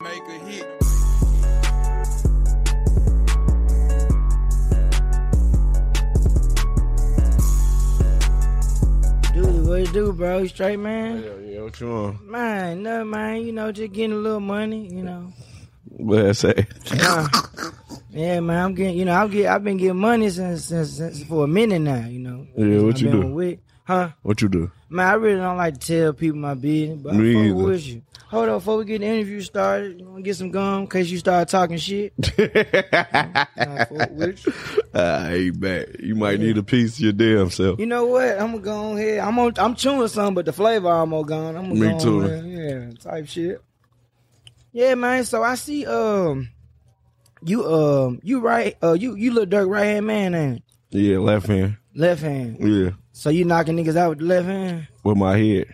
Make a hit. Dude, what it do, bro? You straight, man? Yeah, yeah, what you want? Man, no, man. You know, just getting a little money, you know. What I say? Nah. yeah, man. I'm getting, you know, I'm get, I've been getting money since, since, since for a minute now, you know. Yeah, what I've you been do? With, huh? What you do? Man, I really don't like to tell people my business, but Me I'm either. with you. Hold up, before we get the interview started, you wanna get some gum in case you start talking shit. I fuck with you. I Ah, back. You might need a piece of your damn self. You know what? I'm gonna go ahead. I'm on, I'm chewing some, but the flavor almost gone. I'm gonna Me go on too. ahead. Yeah, type shit. Yeah, man. So I see, um, you, um, you right, uh, you, you little Dirk right hand man, ain't it? Yeah, left hand. left hand. Yeah, So you knocking niggas out with the left hand? with my head.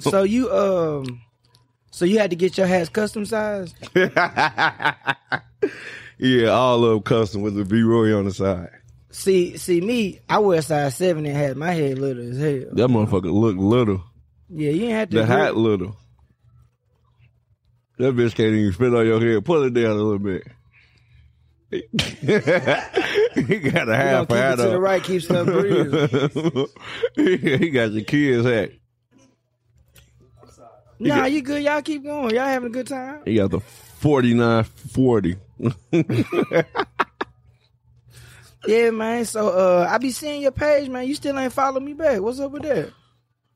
so you, um, so you had to get your hats custom sized? Yeah, all of them custom with the B Roy on the side. See, see me, I wear a size seven and had my head little as hell. That motherfucker look little. Yeah, you ain't have to. The agree. hat little. That bitch can't even spit on your head. Pull it down a little bit. he got a You gonna half keep it hat to the on. right, keep stuff breathing. he got the kid's hat. nah, you good. Y'all keep going. Y'all having a good time. He got the 4940. Yeah, man. So uh I be seeing your page, man. You still ain't follow me back. What's up with that?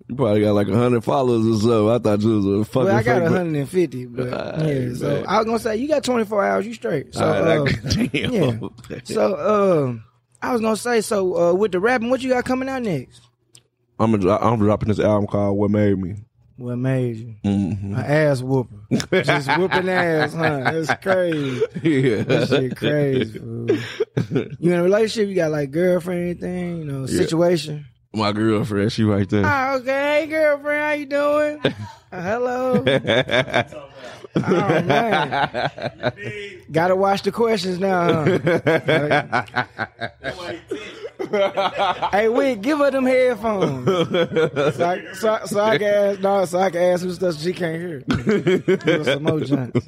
You probably got like 100 followers or so. I thought you was a fucking Well, I got fake, but- 150, but Alright, yeah. So man. I was gonna say you got 24 hours. You straight. So All right, uh, I, damn. yeah. so um I was gonna say so uh with the rapping, what you got coming out next? I'm, a, I'm dropping this album called What Made Me. What made you? Mhm. An ass whooper. Just whooping ass, huh? That's crazy. That shit Yeah. crazy. fool. You in a relationship? You got like girlfriend, anything? You know, situation. My girlfriend, she right there. Ah, okay, hey girlfriend, how you doing? Uh, hello. Oh, man. Gotta watch the questions now. Huh? hey, Wick, give her them headphones. So I, so, I- so I can ask, no, so I can ask who stuff she can't hear. Give her some more joints.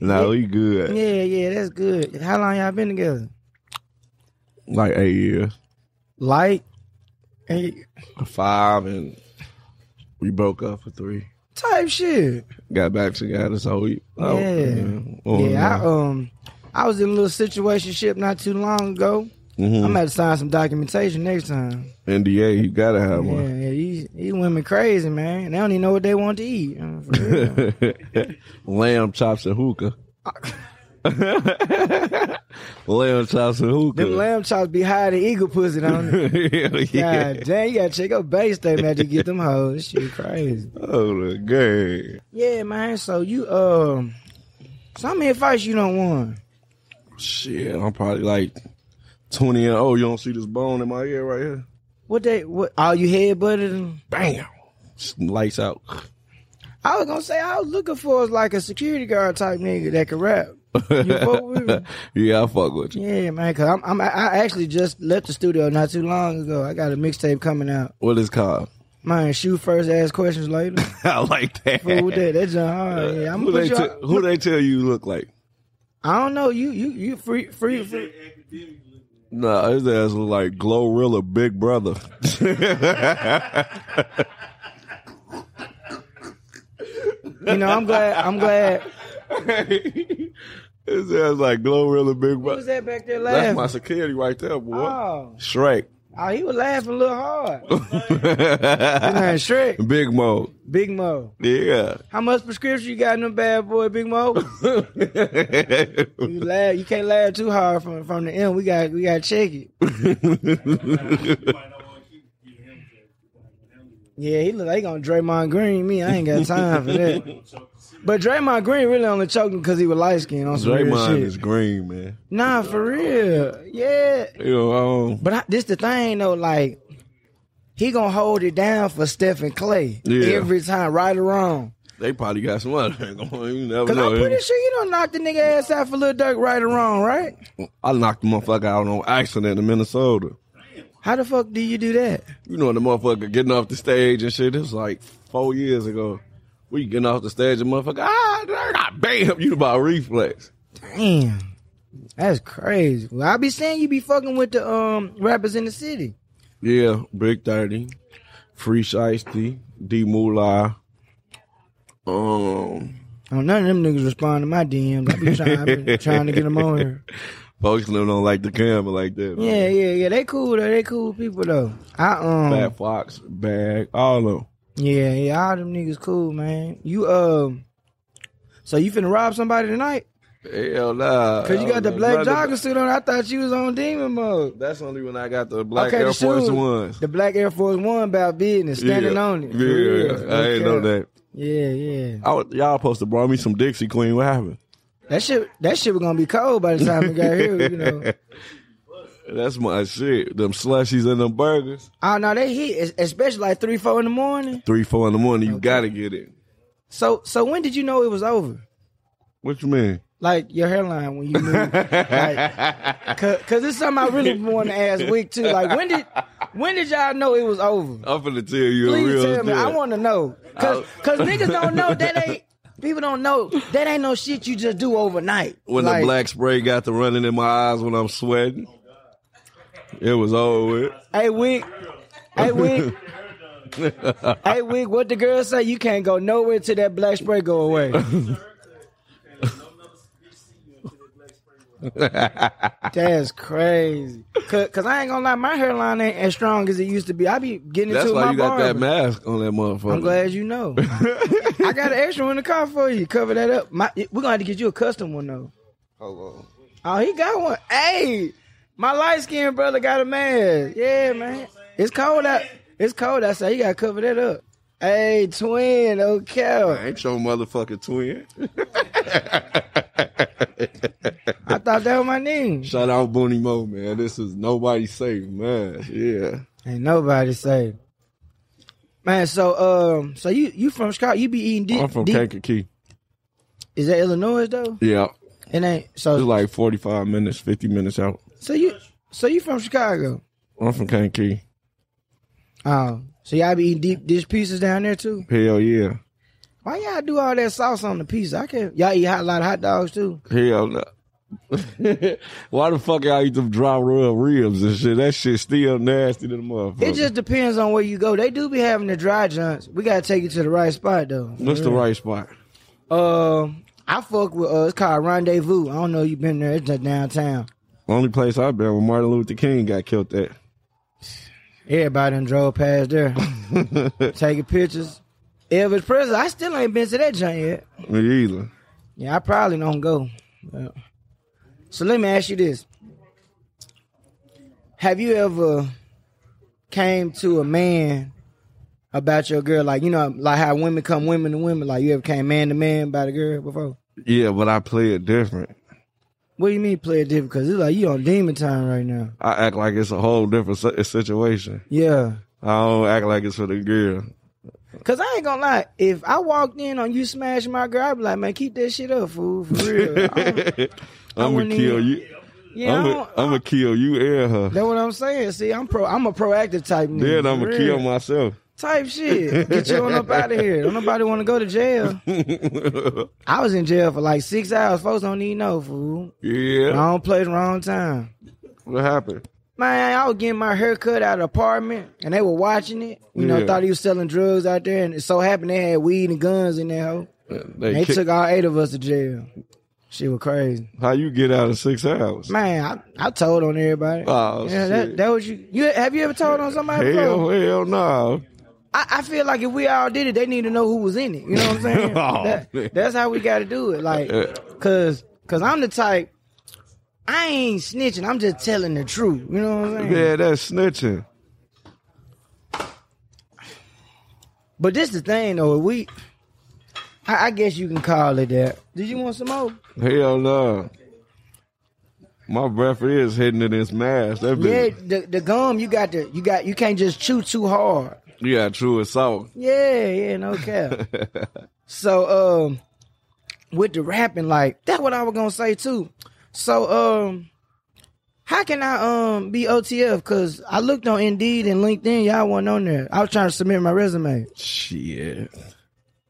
no, he good. Yeah, yeah, that's good. How long y'all been together? Like eight years. Like, eight, Five, and we broke up for three. type shit. Got back together, so we. oh, Yeah. man. Oh, yeah, I man. um, I was in a little situationship not too long ago. Mhm. I'm about to sign some documentation next time. NDA, you gotta have Yeah, one. yeah these, these women crazy, man. They don't even know what they want to eat. Uh, for real. Lamb chops and hookah. Lamb chops and hookah. Them lamb chops be higher than eagle pussy, don't it? Hell yeah. God damn, you gotta check your base statement after you get them hoes. This shit crazy. Oh, the game. Yeah, man. So you um, some advice you don't want. Shit, I'm probably like 20 and oh, you don't see this bone in my ear right here? What they what? All you head butted. Bam! Just Lights out. I was gonna say I was looking for was like a security guard type nigga that could rap. You fuck with me? yeah, I fuck with you. Yeah, man. Cause I'm, I'm I actually just left the studio not too long ago. I got a mixtape coming out. What is called? Man, shoot first, ask questions later. I like that. Fool with that. That John hard. Yeah, I'm Uh, gonna who, they put you. te- who they tell you you look like? I don't know. You you you free free free. Nah, his ass look like Glorilla Big Brother. You know, I'm glad. I'm glad. his ass like Glorilla Big Who was Brother. that back there That's laughing? my security right there, boy. oh, Shrek. oh, he was laughing a little hard. His name Shrek, Big Mo. Big Mo. Yeah. How much prescription you got in them bad boy, Big Mo? You laugh. You can't laugh too hard from from the end. We got we got to check it. Yeah, he look like he gonna Draymond Green me. I ain't got time for that. But Draymond Green really only choking because he was light skinned on some real Draymond shit. is green, man. Nah, for real. Yeah. You know, um, But I, this the thing though, like he gonna hold it down for Stephen Clay Yeah. every time, right or wrong. they probably got some other thing going. on. You never Cause know. I'm pretty sure you don't knock the nigga ass out for Lil Durk, right or wrong, right? I knocked the motherfucker out on accident in Minnesota. How the fuck do you do that? You know the motherfucker getting off the stage and shit. It was like four years ago. We getting off the stage and motherfucker, ah, nerd, I bam you by reflex. Damn. That's crazy. Well, I be saying you be fucking with the um rappers in the city. Yeah, Big Thirty, Free Shiesty, D Moolah. Um, Oh, none of them niggas respond to my DMs. I be trying, I be trying to get them on here. folks living on like the camera like that. Yeah, yeah, yeah. They cool though. They cool people though. I um. Fat Fox, Bag, all of them. Yeah, yeah, all them niggas cool, man. You um, so you finna rob somebody tonight? Hell nah. Cause you got the Hell black nah. jogger suit on. I thought you was on demon mode. That's only when I got the black Okay, the Air Force shoes. ones. The black Air Force One about business, standing Yeah. on it. Yeah, For real. I ain't know Okay. that. Yeah, yeah. I was, y'all supposed to brought me some Dixie Queen. What happened? That shit, that shit was gonna be cold by the time we got here. You know, That's my shit. Them slushies and them burgers. oh no, they hit, es- especially like three, four in the morning. Three, four in the morning. You gotta get it. So, so when did you know it was over? What you mean? Like your hairline when you knew, like, cause, cause it's something I really want to ask Week too. Like when did, when did y'all know it was over? I'm finna tell you a Please real tell me. story. I want to know. Cause, cause niggas don't know that ain't people don't know that ain't no shit you just do overnight. when Like, the black spray got to running in my eyes when I'm sweating. It was over with. hey wig, hey wig, hey wig. What the girl say? You can't go nowhere till that black spray go away. That's crazy. Cause, 'cause I ain't gonna lie, my hairline ain't as strong as it used to be. I be getting That's into why my you got that barber. mask on that motherfucker. I'm glad you know. I got an extra one in the car for you. Cover that up. My, we're gonna have to get you a custom one though. Hold on. Oh, he got one. Hey, my light skinned brother got a mask. Yeah, man. It's cold out. It's cold outside. You gotta cover that up. Hey, twin. Okay. I ain't your motherfucking twin. I thought that was my name. Shout out Booney Mo, man. This is nobody safe, man. Yeah. Ain't nobody say. Man, so um, so you you from Chicago? You be eating deep? I'm from Kankakee. Is that Illinois though? Yeah. It ain't. It's So like 45 minutes, 50 minutes out. so you so you from Chicago? I'm from Kankakee. Oh, so y'all be eating deep dish pizzas down there too? Hell yeah. Why y'all do all that sauce on the pizza? I can't. Y'all eat hot, a lot of hot dogs too. Hell no. Why the fuck y'all eat them dry rub ribs and shit? That shit still nasty to the motherfucker. It just depends on where you go. They do be having the dry joints. We gotta take you to the right spot though. What's the right spot? Um, I fuck with. Uh, it's called Rendezvous. I don't know you been there. It's just downtown. Only place I've been when Martin Luther King got killed at. Everybody done drove past there, taking pictures. Elvis Presley. I still ain't been to that joint yet. Me either. Yeah, I probably don't go. Yeah. So let me ask you this: Have you ever came to a man about your girl, like you know, like how women come women to women? Like you ever came man to man about a girl before? Yeah, but I play it different. What do you mean play it different? Because it's like you on demon time right now. I act like it's a whole different si- situation. Yeah. I don't act like it's for the girl. Cause I ain't gonna lie, if I walked in on you smashing my girl, I'd be like, man, keep that shit up, fool, for real. I don't- I'm gonna wouldn't kill even- you. yeah, I'm I gonna don't- I'm kill you and her. that's what I'm saying. See, I'm pro, I'm a proactive type. Nigga, Then I'm for gonna real. kill myself. type shit. Get you on up out of here. Don't nobody want to go to jail. I was in jail for like six hours. Folks don't even know, fool. yeah. Wrong place, wrong time. What happened? Man, I was getting my hair cut at an apartment, and they were watching it. You know, Yeah. thought he was selling drugs out there, and it so happened they had weed and guns in there. Hoe. They, They kick- took all eight of us to jail. Shit was crazy. how you get out of six hours? Man, I, I told on everybody. Oh, yeah, shit. that that was you. You have you ever told on somebody? before? Hell, hell no. I, I feel like if we all did it, they need to know who was in it. You know what I'm saying? Oh, That- man. Uh, that's how we got to do it. Like, Yeah. cause, cause I'm the type. I ain't snitching. I'm just telling the truth. You know what I'm saying? Yeah, that's snitching. But this the thing though. if We, I, I guess you can call it that. Did you want some more? Hell no. My breath is hitting to this mask. That Yeah, bitch. the, the gum you got to you got you can't just chew too hard. Yeah, yeah true as salt. Yeah, yeah, no cap. so um with the rapping, like that's what I was gonna say too. So um How can I um be OTF? Cause I looked on Indeed and LinkedIn, y'all wasn't on there. I was trying to submit my resume. Shit.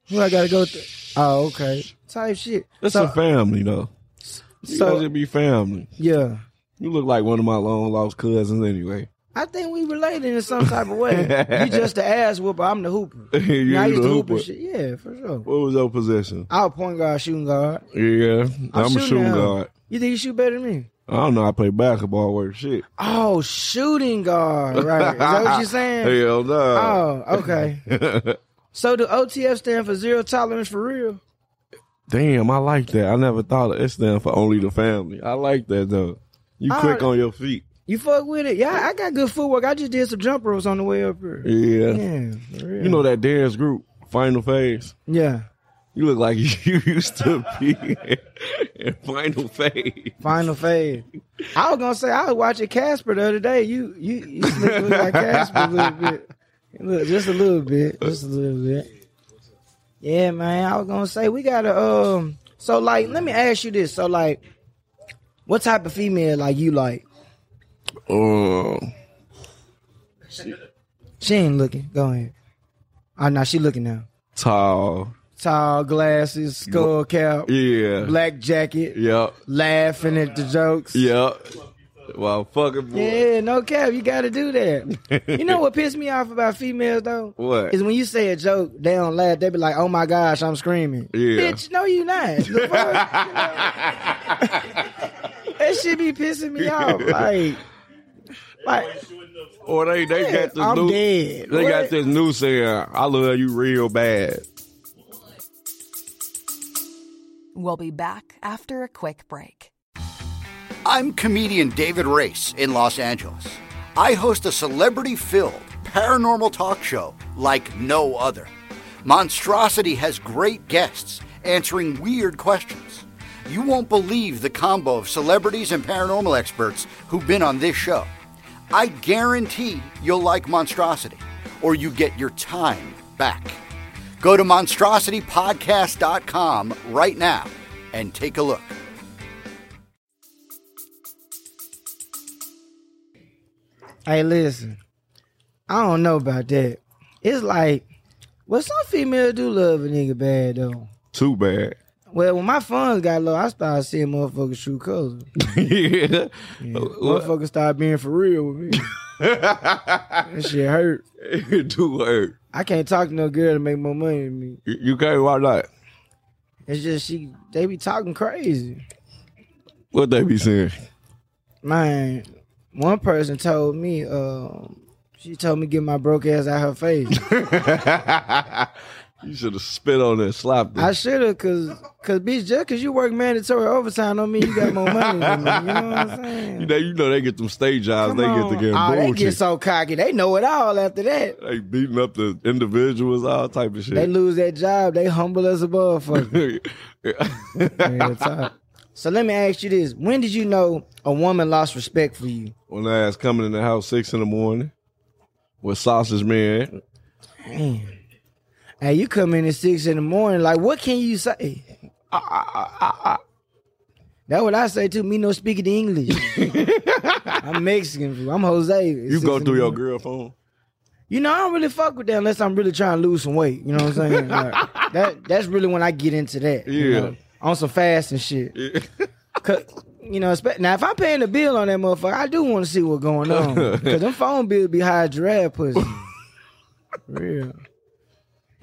Who I gotta go through? Oh, okay. Type shit. It's so, a family though. You so- guys should be family. yeah. You look like one of my long lost cousins anyway. I think we related in some type of way. you just the ass whooper. I'm the hooper. you I the used to hoop hooper. and shit. Yeah, for sure. What was your position? I was point guard, shooting guard. Yeah, I'm, a shooting shooting now. guard. You think you shoot better than me? I don't know. I play basketball, work shit. Oh, shooting guard. Right. Is that what you're saying? Hell no. Oh, okay. So the OTF stand for zero tolerance for real? Damn, I like that. I never thought of it stand for only the family. I like that though. You I- quick on your feet. You fuck with it? Yeah, I got good footwork. I just did some jump ropes on the way up here. Yeah. Yeah, for real. You know that dance group, Final Phase. Yeah. You look like you used to be in Final Phase. Final fade. I was gonna say I was watching Casper the other day. You you you look like Casper a little bit. Look, just a little bit. Just a little bit. Yeah, man. I was gonna say we gotta um so like let me ask you this. So like what type of female like you like? Um, She ain't looking. Go ahead. Oh no, she looking now. tall. Tall glasses, skull cap, Yeah. black jacket, Yep. laughing at the jokes. Yep. Well, fucking boy. Yeah, no cap. You got to do that. you know what pissed me off about females though? What? Is when you say a joke, they don't laugh. They be like, "Oh my gosh, I'm screaming!" Yeah. Bitch, no, you not. The fuck? that should be pissing me off. Like, like Or they they got this I'm new dead. they What? got this new saying. I love you real bad. We'll be back after a quick break. I'm comedian David Race in Los Angeles. I host a celebrity filled paranormal talk show like no other. Monstrosity has great guests answering weird questions. You won't believe the combo of celebrities and paranormal experts who've been on this show. I guarantee you'll like Monstrosity, or you get your time back. Go to monstrositypodcast.com right now and take a look. hey, listen, I don't know about that. It's like, well, some females do love a nigga bad though. Too bad. Well, when my funds got low, I started seeing motherfuckers true colors. yeah. What- Motherfuckers started being for real with me. that shit hurt. It do hurt. I can't talk to no girl to make more money than me. You- You can't why not? It's just she they be talking crazy. What they be saying? Man, one person told me, um, she told me get my broke ass out her face. you should have spit on that slap. I should've cause cause bitch, just cause you work mandatory overtime don't mean you got more money than me. You know what I'm saying? You know, you know they get them stage jobs. They get to get oh, they bougie. get so cocky. They know it all after that. They beating up the individuals, all type of They shit. lose that job. They humble as a motherfucker. Real talk. So let me ask you this: When did you know a woman lost respect for you? when I was coming in the house six in the morning with sausage man, Hey, you come in at six in the morning. Like, what can you say? That's what I say too. Me no speaking the English. I'm Mexican. fool. I'm Jose. at you six go in the through your morning. girl phone. You know, I don't really fuck with that unless I'm really trying to lose some weight. You know what I'm saying? Like, that that's really when I get into that. you Yeah. know, on some fast and shit. Cause, you know, espe- now if I'm paying the bill on that motherfucker, I do want to see what's going on. Cause them phone bills be high as giraffe pussy. Real.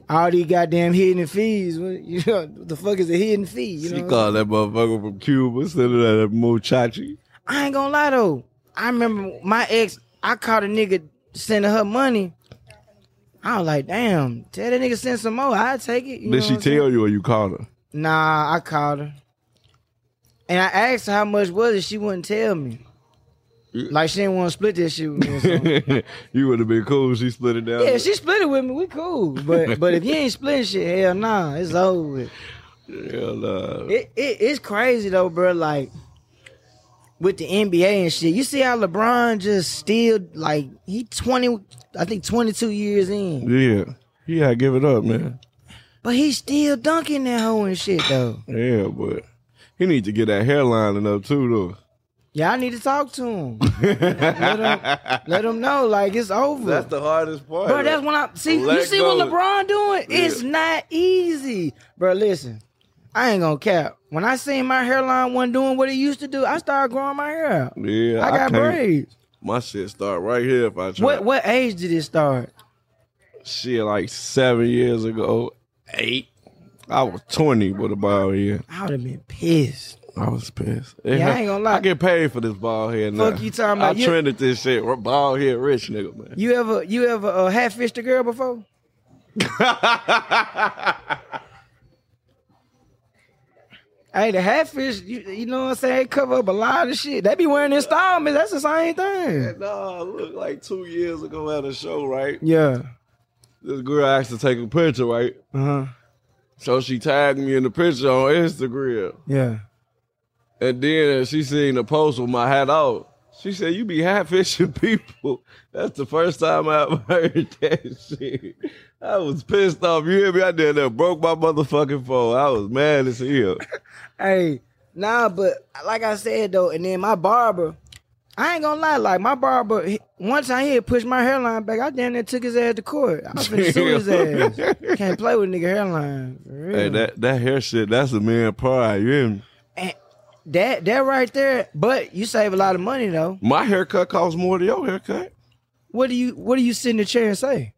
All these goddamn hidden fees. What, you know, what the fuck is a hidden fee? You know, She what I'm called that motherfucker from Cuba, sent her that mochachi. I ain't gonna lie though. I remember my ex, I caught a nigga sending her money. I was like, damn, tell that nigga send some more. I take it. You know Did she what I'm saying? tell you or you called her? Nah, I called her. And I asked her how much was it. She wouldn't tell me. Like she didn't want to split that shit with me. or something. you would have been cool. She split it down. yeah, she split it with me. We cool. But but if you ain't splitting shit, hell nah, it's over with. Hell, uh, It, it it's crazy though, bro. Like with the NBA and shit, you see how LeBron just still like he twenty, I think twenty two years in, yeah, yeah. Give it up, man. but he still dunking that hoe and shit though. Yeah, but he need to get that hairline up too, though. Yeah, I need to talk to him. let, him let him know like it's over. That's the hardest part. Bro, that's when I see you Let see go. what LeBron doing? Yeah. It's not easy. Bro, listen. I ain't gonna cap. When I seen my hairline wasn't doing what it used to do, I started growing my hair out. Yeah, I got can't- braids. My shit start right here. If I try What what age did it start? shit like seven years ago, eight. I was twenty with a bald head. I would have been pissed. I was pissed. Yeah, I ain't gonna lie. I get paid for this bald head. Fuck now. you talking about. I You- trended this shit. We're bald head rich nigga man. You ever you ever uh, half fished a girl before? hey, the half fish, you, you know what I'm saying? Cover up a lot of shit. They be wearing installments. That's the same thing. No, look like two years ago at a show, right? Yeah. This girl asked to take a picture, right? Uh huh. So she tagged me in the picture on Instagram. Yeah. And then she seen the post with my hat off. She said, You be hat fishing people. That's the first time I ever heard that shit. I was pissed off. You hear me? I did that. Broke my motherfucking phone. I was mad as hell. Hey, nah, but like I said though, and then my barber, I ain't gonna lie, like my barber, he- one time he had pushed my hairline back, I damn near took his ass to court. I was finna sue his ass. Can't play with nigga hairline. for real. Hey, that, that hair shit, that's a man pride. You hear me? And that that right there, but you save a lot of money though. My haircut costs more than your haircut. What do you what do you sit in the chair and say?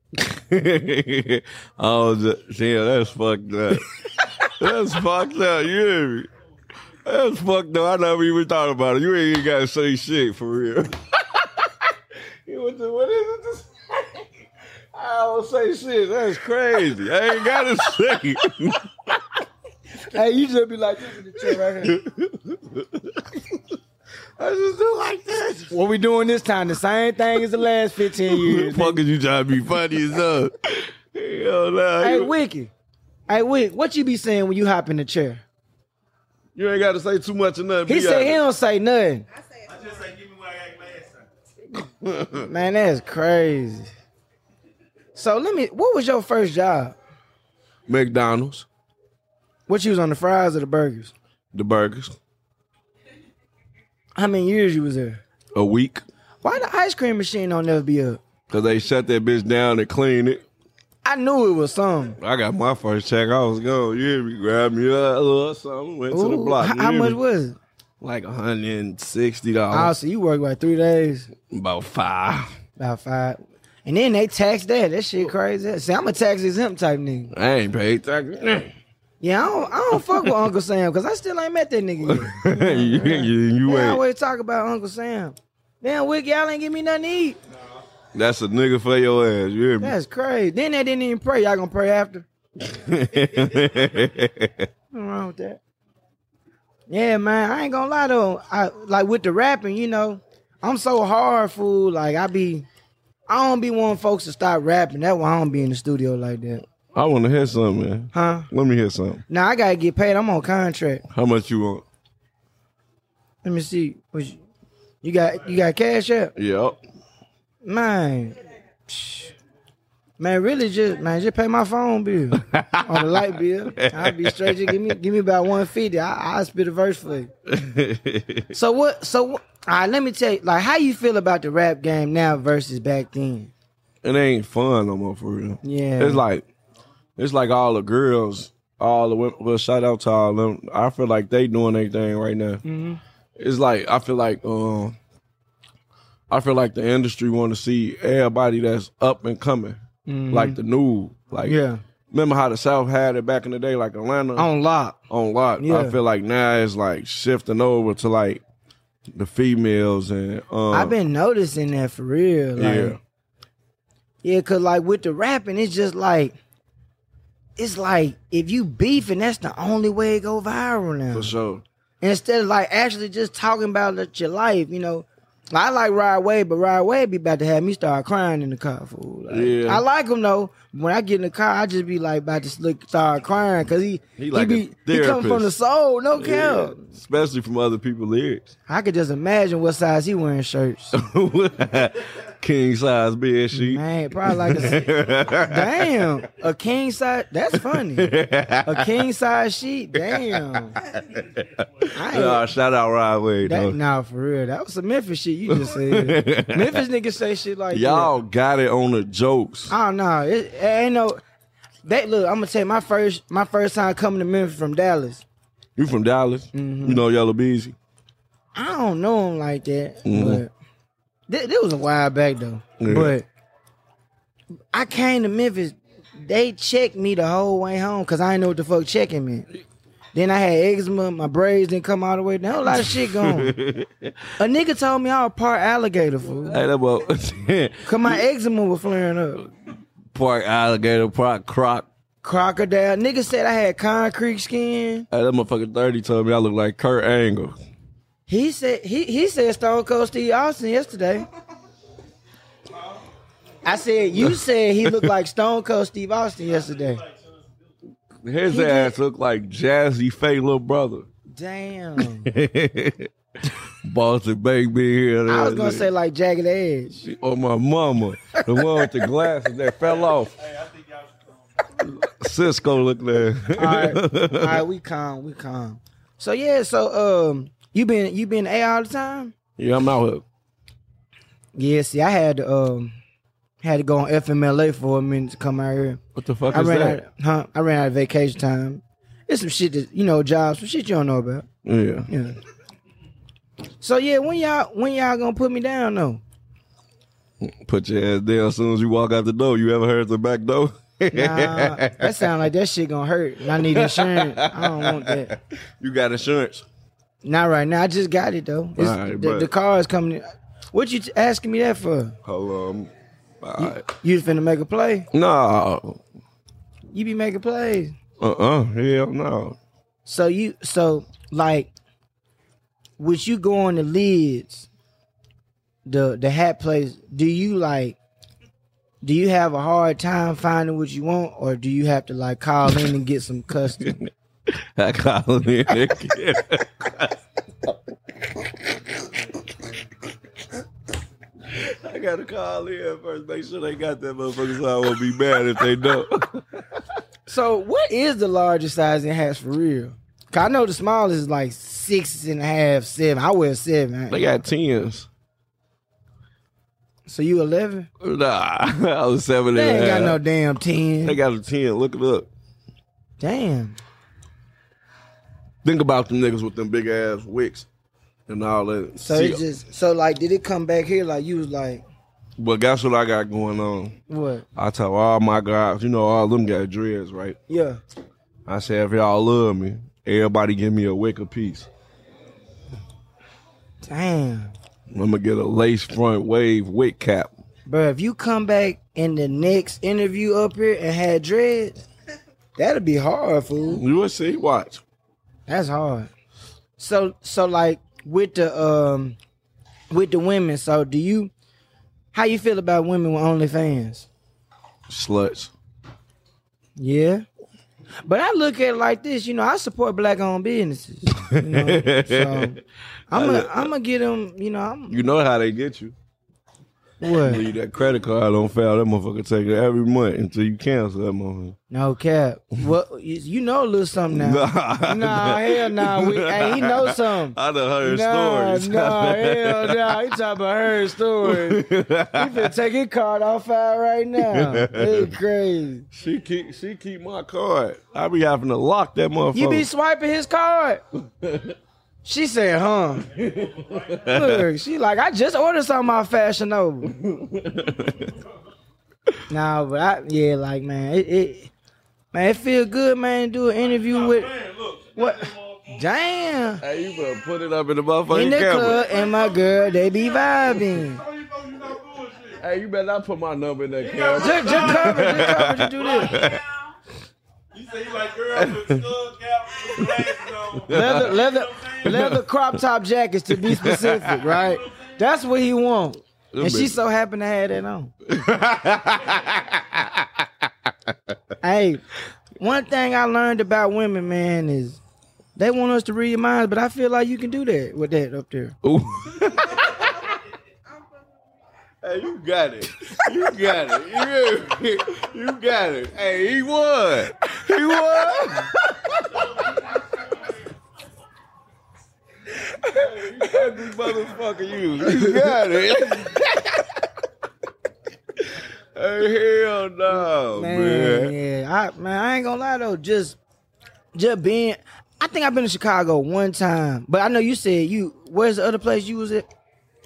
oh, th- damn, that's fucked up. that's fucked up. You hear me? That's fucked up. I never even thought about it. You ain't even got to say shit for real. You went to- what is it? to say? I don't say shit. That's crazy. I ain't got to say. Hey, you just be like this in the chair right here. I just do like this. What we doing this time? The same thing as the last fifteen years. Fuck is you trying to be funny as hell? Hell nah. hey, you, Wicky. Hey, Wick, what you be saying when you hop in the chair? you ain't got to say too much of nothing. He Be said he honest. don't say nothing. just say, give me what I got last time. Man, that's crazy. So let me. What was your first job? McDonald's, What you was on the fries or the burgers? the burgers, How many years you was there? a week. Why the ice cream machine don't never be up? Cause they shut that bitch down and cleaned it. I knew it was some. I got my first check. I was gone. You hear me? Grabbed me up a little something. Went to the Ooh, block. how, you how hear much me? was it? Like hundred and sixty Oh, dollars. so you worked like three days, About five. about five, and then they taxed that. That shit crazy. See, I'm a tax exempt type nigga. I ain't paid tax. Yeah, I don't, I don't fuck with Uncle Sam because I still ain't met that nigga yet. you you They ain't. always talk about Uncle Sam. Damn, Wick, y'all ain't give me nothing to eat. That's a nigga for your ass. You hear me? That's crazy. Then they didn't even pray. Y'all gonna pray after? Nothing wrong with that. Yeah, man, I ain't gonna lie though. I like with the rapping, you know, I'm so hard fool. Like I be, I don't be wanting folks to stop rapping. That's why I don't be in the studio like that, I want to hear something, man. huh? Let me hear something. Now I gotta get paid. I'm on contract. How much you want? Let me see. What you, you got? You got cash up, Yep. man. psh. Man, really, just man, just pay my phone bill or the light bill. I'll be straight. Just give me, give me about one fifty. I I'll spit a verse for you. So what? So what? All right, let me tell you. Like, how you feel about the rap game now versus back then? it ain't fun no more for real. Yeah. It's like it's like all the girls, all the women well, shout out to all them. I feel like they doing their thing right now. Mm-hmm. It's like I feel like um I feel like the industry wanna see everybody that's up and coming. Like the new. Like Mm-hmm. Yeah. remember how the South had it back in the day, like Atlanta On lock. on lock. Yeah. I feel like now it's like shifting over to like the females and um I've been noticing that for real. Like, Yeah. Yeah, cause like with the rapping, it's just like, it's like if you beefing, that's the only way it go viral now. for sure. Instead of like actually just talking about that your life, you know. Like, I like Ride Wave, but Ride Wave be about to have me start crying in the car. Fool. Like, Yeah. I like him though. When I get in the car, I just be like about to slick, start crying because he He like a be he comes from the therapist. soul, no Yeah. cap. Especially from other people's lyrics. I could just imagine what size he wearing shirts. king size bed sheet. Man, probably like a damn a king size. That's funny. A king size sheet. Damn. I ain't- Nah, shout out Rod Wade. though. that, nah, for real. That was some Memphis shit you just said. Memphis niggas say shit like Y'all got it on the jokes. I don't know. It, it ain't no. That look. I'm gonna tell you my first my first time coming to Memphis from Dallas. You from Dallas? Mm-hmm. You know Yellow Beezy. I don't know him like that, but th- that was a while back though. Mm-hmm. Yeah. But I came to Memphis. They checked me the whole way home because I didn't know what the fuck checking meant. Then I had eczema. My braids didn't come all the way down. A lot of shit gone. a nigga told me I was part alligator fool. Hey, that boy. Cause my eczema was flaring up. Park alligator, park croc. Crocodile. Nigga said I had concrete skin. Hey, that motherfucker 30 told me I look like Kurt Angle. He said he he said Stone Cold Steve Austin yesterday. I said you said he looked like Stone Cold Steve Austin yesterday. His He ass look like Jazzy Faye little brother. Damn. Boston Big being here. I was gonna say like Jagged Edge. or oh, my mama, the one with the glasses that fell off. Cisco looked there. All right, all right, we calm, we calm. So yeah, so um, you been you been A all the time? yeah, I'm out here. Yeah. See, I had to, um had to go on FMLA for a minute to come out here. What the fuck I is ran that? out, huh? I ran out of vacation time. It's some shit that you know, jobs, some shit you don't know about. Yeah. Yeah. So yeah, when y'all when y'all gonna put me down though? Put your ass down as soon as you walk out the door. You ever heard the back door? Nah, that sound like that shit gonna hurt. And I need insurance. I don't want that. you got insurance. Not right now. I just got it though. It's- Right, the, but- the car is coming. What you t- asking me that for? Hold on. All right. You finna make a play? No. You be making plays. Uh-uh. Hell no. So you so like, with you going to Lids, the the hat place. Do you like? Do you have a hard time finding what you want, or do you have to like call in and get some custom? I call him in again. I gotta call in first. Make sure they got that motherfucker so I won't be mad if they don't. So what is the largest size in hats for real? Cause I know the smallest is like six and a half, seven. I wear seven. They got tens. so you eleven? Nah, I was seven They and ain't a got no half. damn They ten. got a ten. Look it up. Damn. Think about the niggas with them big ass wicks and all that. So See, it just so like did it come back here like you was like but that's what I got going on. what? I tell all my guys, you know, all them got dreads, right? Yeah. I said, if y'all love me, everybody give me a wick a piece. Damn. I'm gonna get a lace front wave wig cap. Bro, if you come back in the next interview up here and had dreads, that'll be hard, fool. You will see. Watch. That's hard. So so like with the um with the women, so do you how you feel about women with OnlyFans? Sluts. Yeah. But I look at it like this, you know, I support black owned businesses. You know? so I'm gonna I'm gonna get them, you know, I'm You know how they get you. what? Leave that credit card on file. That motherfucker take it every month until you cancel that motherfucker. No cap. Well, you you know a little something now. Nah, Nah, hell nah. We, hey, he knows something. I done heard Nah, stories. nah, hell nah. He talking about her story. He finna take his card off out right now. It's crazy. she keep she keep my card. I be having to lock that motherfucker. You be swiping his card. She said, huh? Look, she like, I just ordered something off Fashion Nova. nah, but I, yeah, like, man, it, it man, it feel good, man, to do an interview with, what? Damn. hey, you better put it up in the motherfucking In the camera. club, and my girl, they be vibing. Hey, you better not put my number in that camera. Just, just cover, just cover to do this. You say you like girls with skull caps, with glasses on. Leather, leather, leather crop top jackets to be specific, right? That's what he want. And she so happened to have that on. hey, one thing I learned about women, man, is they want us to read your minds, but I Oh, feel like you can do that with that up there. Ooh. Hey, you got it. You got it. You, you got it. Hey, he won. He won. Hey, you ugly motherfucker, you. You got it. hey, hell no, man. Man, yeah. I man, I ain't gonna lie though. Just just being I think I've been to Chicago one time. But I know you said you where's the other place you was at?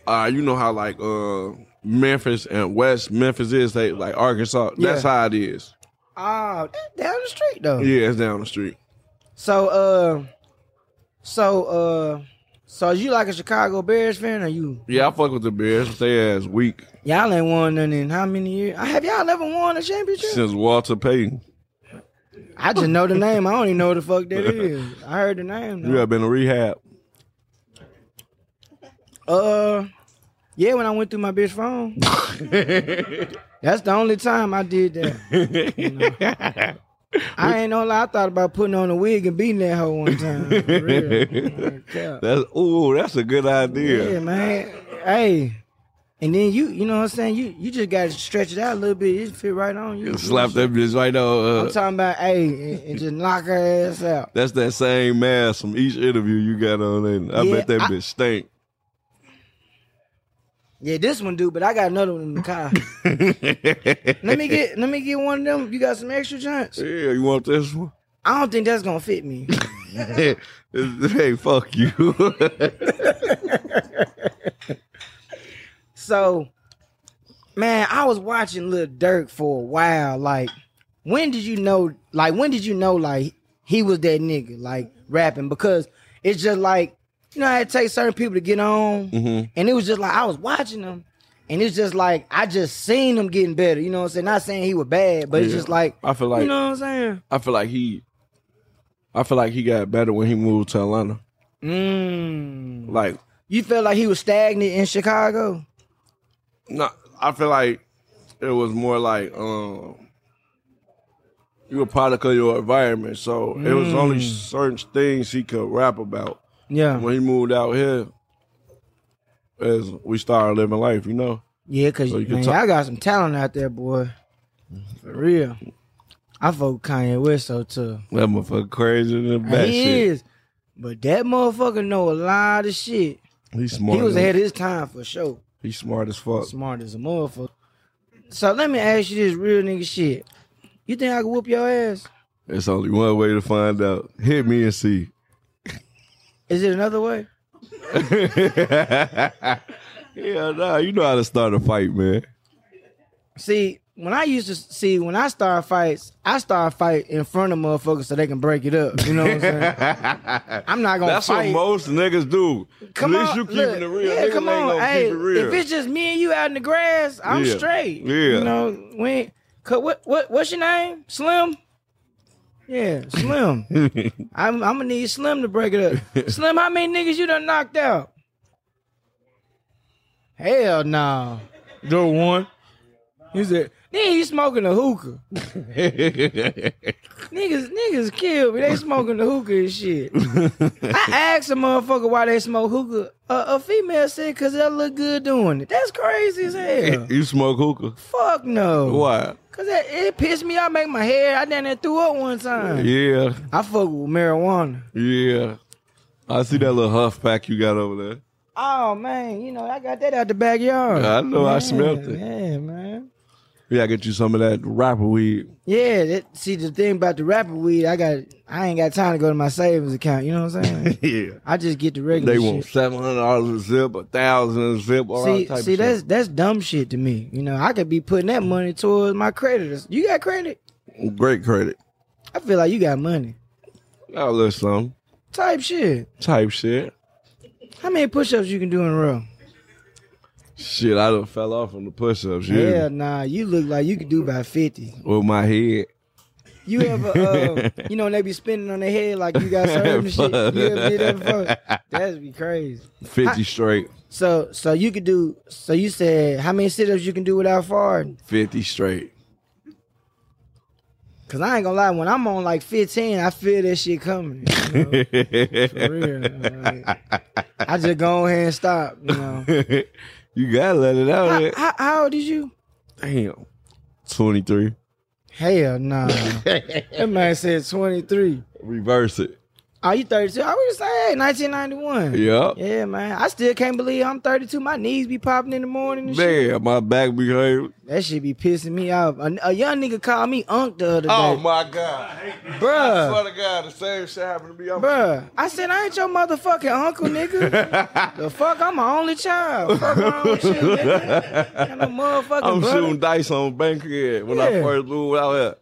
uh, you know how like uh Memphis and West Memphis is they like Arkansas. That's Yeah. how it is. Oh, that's down the street though. Yeah, it's down the street. So uh so uh so is you like a Chicago Bears fan or you Yeah, I fuck with the Bears. They ass weak y'all ain't won nothing in how many years? Have y'all ever won a championship? since Walter Payton. I just know the name. I don't even know what the fuck that is. I heard the name. You though. have been to rehab. Uh, yeah, when I went through my bitch phone. That's the only time I did that. you know. I ain't no lie. I thought about putting on a wig and beating that hoe one time. for real. Yeah. That's ooh, that's a good idea. Yeah, man. Hey. And then you, you know what I'm saying? You you just gotta stretch it out a little bit. It fit right on you. Slap that bitch right now. I'm Uh, talking about hey, and, and just knock her ass out. that's that same mask from each interview you got on. And I Yeah, bet that I- bitch stink. Yeah, this one do, but I got another one in the car. let me get let me get one of them. You got some extra joints? Yeah, you want this one? I don't think that's gonna fit me. hey, fuck you. So, man, I was watching Lil Durk for a while. Like, when did you know? Like, when did you know? Like, he was that nigga. Like rapping because it's just like you know, how it takes certain people to get on, Mm-hmm. and it was just like I was watching him, and it's just like I just seen him getting better. You know what I'm saying? Not saying he was bad, but it's Yeah. just like I feel like- you know what I'm saying. I feel like he, I feel like he got better when he moved to Atlanta. Mm. Like, You felt like he was stagnant in Chicago. no, I feel like it was more like um, you a product of your environment. So it was only Hmm. certain things he could rap about. Yeah, When he moved out here, as we started living life, you know. Yeah, cause So you can man, talk- y'all got some talent out there, boy. For real. I vote Kanye West so tough. That motherfucker crazy in the back He is. But that motherfucker know a lot of shit. He's smart. he was as- ahead of his time for sure. He's smart as fuck. Smart as a motherfucker. So let me ask you this real nigga shit. You think I could whoop your ass? It's only one way to find out. Hit me and see. Is it another way? yeah, nah, you know how to start a fight, man. See, when I used to see when I start fights, I start fight in front of motherfuckers so they can break it up. You know what I'm saying? I'm not gonna That's fight. what most niggas do. Come At least on, you keeping look, it real. Yeah, Niggas come ain't on. gonna Hey, keep it real. if it's just me and you out in the grass, I'm Yeah, straight. yeah. you know, we ain't- Cause what what what's your name? Slim. Yeah, Slim. I'm I'm gonna need Slim to break it up. Slim, how many niggas you done knocked out? Hell no. Do one. He said, then you smoking a hookah. Niggas, niggas kill me. They smoking the hookah and shit. I asked a motherfucker why they smoke hookah. A a female said, "Cause that look good doing it." That's crazy as hell. you smoke hookah. Fuck no. Why? Cause that, it pissed me off. Make my hair. I down there threw up one time. Yeah, I fuck with marijuana. yeah. I see that little huff pack you got over there. Oh man, you know I got that out the backyard. I know, I smelt it. Yeah, man. We gotta get you some of that rapper weed. Yeah. That, see the thing about the rapper weed, I got. I ain't got time to go to my savings account. You know what I'm saying? Yeah. I just get the regular. They shit. want seven hundred dollars a zip, a thousand a zip, all See, that type see, of that's that's dumb shit to me. You know, I could be putting that money towards my creditors. You got credit? shit. Great credit. I feel like you got money. Got a little something. Type shit. Type shit. How many push-ups you can do in a row? Shit, I done fell off on the push ups. Yeah. Hell nah, you look like you could do about fifty. With my head. You ever, uh, you know, when they be spinning on their head like you got surgery and shit. You ever did that before? That'd be crazy. 50 straight. So, so you could do. So you said how many sit-ups you can do without farting? 50 straight. Cause I ain't gonna lie, when I'm on like fifteen, I feel that shit coming. you know? For real. Like, I just go ahead and stop, you know. You gotta let it out. eh? How, man. how, how old is you? Damn. 23. Hell no. that man said 23. Reverse it. Are you 32? I was just saying 1991. Yup. Yeah, man. I still can't believe I'm 32. My knees be popping in the morning and shit. Man, my back be hurt. That shit be pissing me off. A, a young nigga called me Unk the other Oh day. my God. I Bruh. swear to God, the same shit happened to me. I'm Bruh. I said, I ain't your motherfucking uncle, nigga. the fuck? I'm my only child. Fuck wrong with you, nigga. Got no motherfucking I'm brother. shooting dice on Bankhead when I Yeah. first moved out here.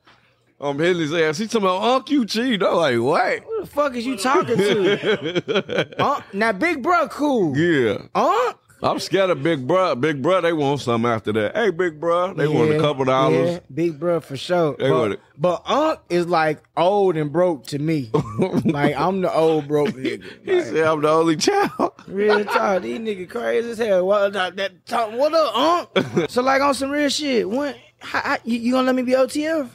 I'm hitting his ass. He talking about Unc, you cheat. I'm like, what? Who the fuck is you talking to? Unk? Now, Big Bro cool. Yeah. Unk? I'm scared of Big Bruh. Big Bruh, they want something after that. Hey, Big Bruh, they want a Yeah, couple dollars. yeah, big bro for sure. They want but, it. but Unc is like old and broke to me. like I'm the old broke nigga. He said, I'm the only child. Real talk, these nigga crazy as hell. What uh, that, that talk, what up, Unc? so like on some real shit. When how, how- you, you gonna let me be OTF?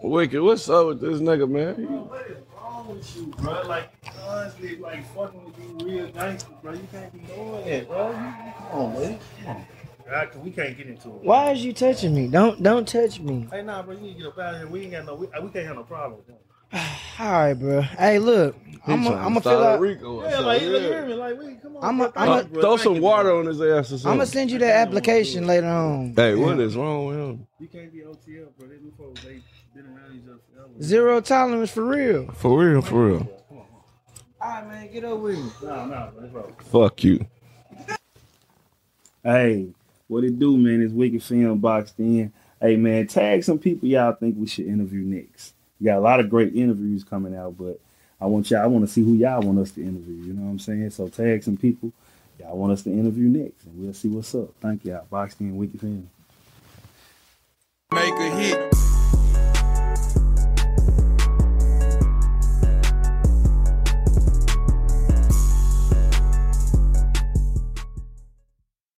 Wicked, what's up with this nigga, man? What is wrong with you, bro? Like, honestly, like fucking with you real gangster, bro. You can't be doing that, bro. You, come on, man. Come on. God, we can't get into it. Why is you touching me? Don't don't touch me. Hey, nah, bro. You need to get up out of here. We ain't got no. We, we can't have no problems. All right, bro. Hey, look, I'm He gonna tryna I'm fill start a out. Rico or Yeah, like, something, look, you yeah. hear me? Like, we come on. I'ma- bro, I'ma- bro. Throw Thank some you, water bro. on his ass or something. I'm gonna send you that application later on. Hey, what is wrong with him? You can't be OTL, bro. They new folks, they been around each other forever. Zero tolerance for real. For real, for real. All right, man, get over with me. Nah, nah, bro. That's wrong. Fuck you. Hey, what it do, man? It's Wicked Film boxed in. Hey, man, tag some people y'all think we should interview next. We got a lot of great interviews coming out, but I want y'all. I want to see who y'all want us to interview. You know what I'm saying? So tag some people y'all want us to interview next, and we'll see what's up. Thank y'all. Boxed in, Wicked Film. Make a hit,